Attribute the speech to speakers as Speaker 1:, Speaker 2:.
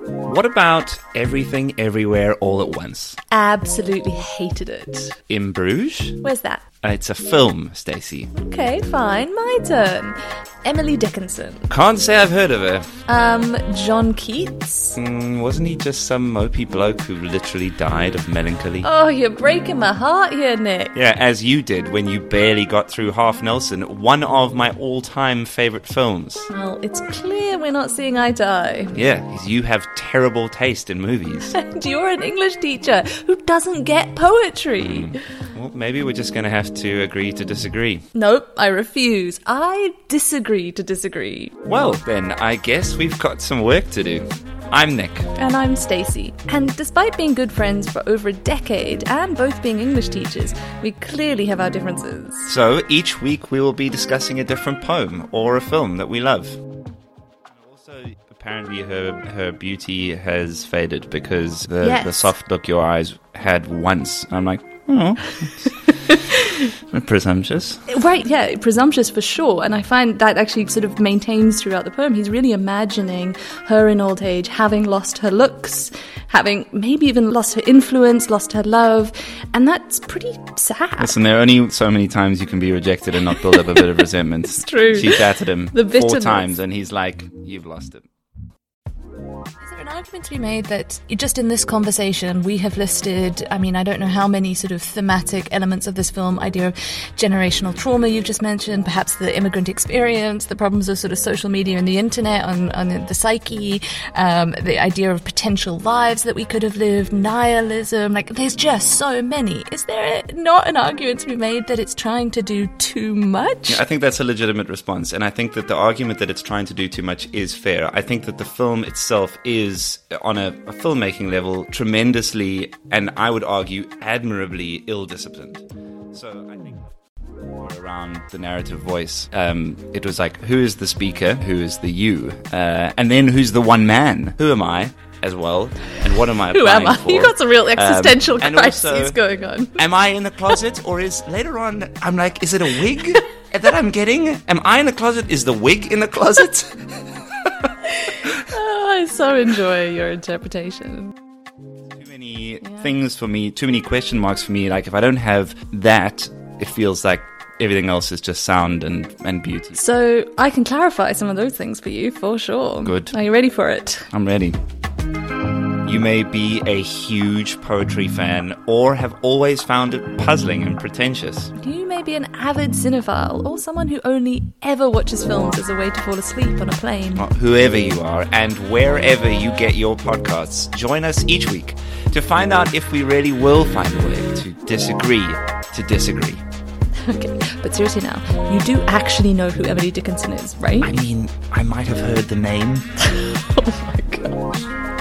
Speaker 1: What about Everything Everywhere All at Once?
Speaker 2: Absolutely hated it.
Speaker 1: In Bruges?
Speaker 2: Where's that?
Speaker 1: Uh, It's a film, Stacey.
Speaker 2: Okay, fine. My turn. Emily Dickinson.
Speaker 1: Can't say I've heard of her.
Speaker 2: Um, John Keats.
Speaker 1: Mm, wasn't he just some mopey bloke who literally died of melancholy?
Speaker 2: Oh, you're breaking my heart here, Nick.
Speaker 1: Yeah, as you did when you barely got through Half Nelson, one of my all time favorite films.
Speaker 2: Well, it's clear we're not seeing eye to eye.
Speaker 1: Yeah, you have terrible taste in movies.
Speaker 2: And you're an English teacher who doesn't get poetry.
Speaker 1: well, maybe we're just going to have to agree to disagree.
Speaker 2: Nope, I refuse. I disagree to disagree.
Speaker 1: Well, then, I guess we've got some work to do. I'm Nick.
Speaker 2: And I'm Stacey. And despite being good friends for over a decade and both being English teachers, we clearly have our differences.
Speaker 1: So each week we will be discussing a different poem or a film that we love. Also, apparently her her beauty has faded because the,
Speaker 2: Yes.
Speaker 1: the soft look your eyes had once. I'm like, oh, presumptuous.
Speaker 2: Right, yeah, presumptuous for sure. And I find that actually sort of maintains throughout the poem. He's really imagining her in old age having lost her looks, having maybe even lost her influence, lost her love. And that's pretty sad.
Speaker 1: Listen, there are only so many times you can be rejected and not build up a bit of resentment. it's
Speaker 2: true.
Speaker 1: She's battered him
Speaker 2: The
Speaker 1: four
Speaker 2: bitterness.
Speaker 1: times, and he's like, "You've lost it."
Speaker 3: Is there an argument to be made that just in this conversation we have listed, I mean, I don't know how many sort of thematic elements of this film, idea of generational trauma you've just mentioned, perhaps the immigrant experience, the problems of sort of social media and the internet on, on the psyche, um, the idea of potential lives that we could have lived, nihilism, like there's just so many. Is there not an argument to be made that it's trying to do too much?
Speaker 1: I think that's a legitimate response, and I think that the argument that it's trying to do too much is fair. I think that the film itself is, uh, on a, a filmmaking level, tremendously and I would argue admirably ill-disciplined. So I think around the narrative voice, um, it was like, who is the speaker? Who is the you? Uh, and then who's the one man? Who am I? As well, and what am I?
Speaker 2: Who am I?
Speaker 1: applying
Speaker 2: You
Speaker 1: for?
Speaker 2: got some real
Speaker 1: Um,
Speaker 2: existential
Speaker 1: and
Speaker 2: crises
Speaker 1: also-
Speaker 2: going on.
Speaker 1: am I in the closet or is later on I'm like, is it a wig that I'm getting? Am I in the closet? Is the wig in the closet?
Speaker 2: Oh, I so enjoy your interpretation.
Speaker 1: too many things for me, too many question marks for me. Like if I don't have that, it feels like everything else is just sound and, and beauty.
Speaker 2: So I can clarify some of those things for you for sure.
Speaker 1: Good.
Speaker 2: Are you ready for it?
Speaker 1: I'm ready. You may be a huge poetry fan or have always found it puzzling and pretentious.
Speaker 2: You may be an avid cinephile or someone who only ever watches films as a way to fall asleep on a plane.
Speaker 1: Ah. whoever you are and wherever you get your podcasts, join us each week to find out if we really will find a way to disagree to disagree.
Speaker 2: Okay, but seriously now, you do actually know who Emily Dickinson is, right?
Speaker 1: I mean, I might have heard the name.
Speaker 2: Oh my gosh.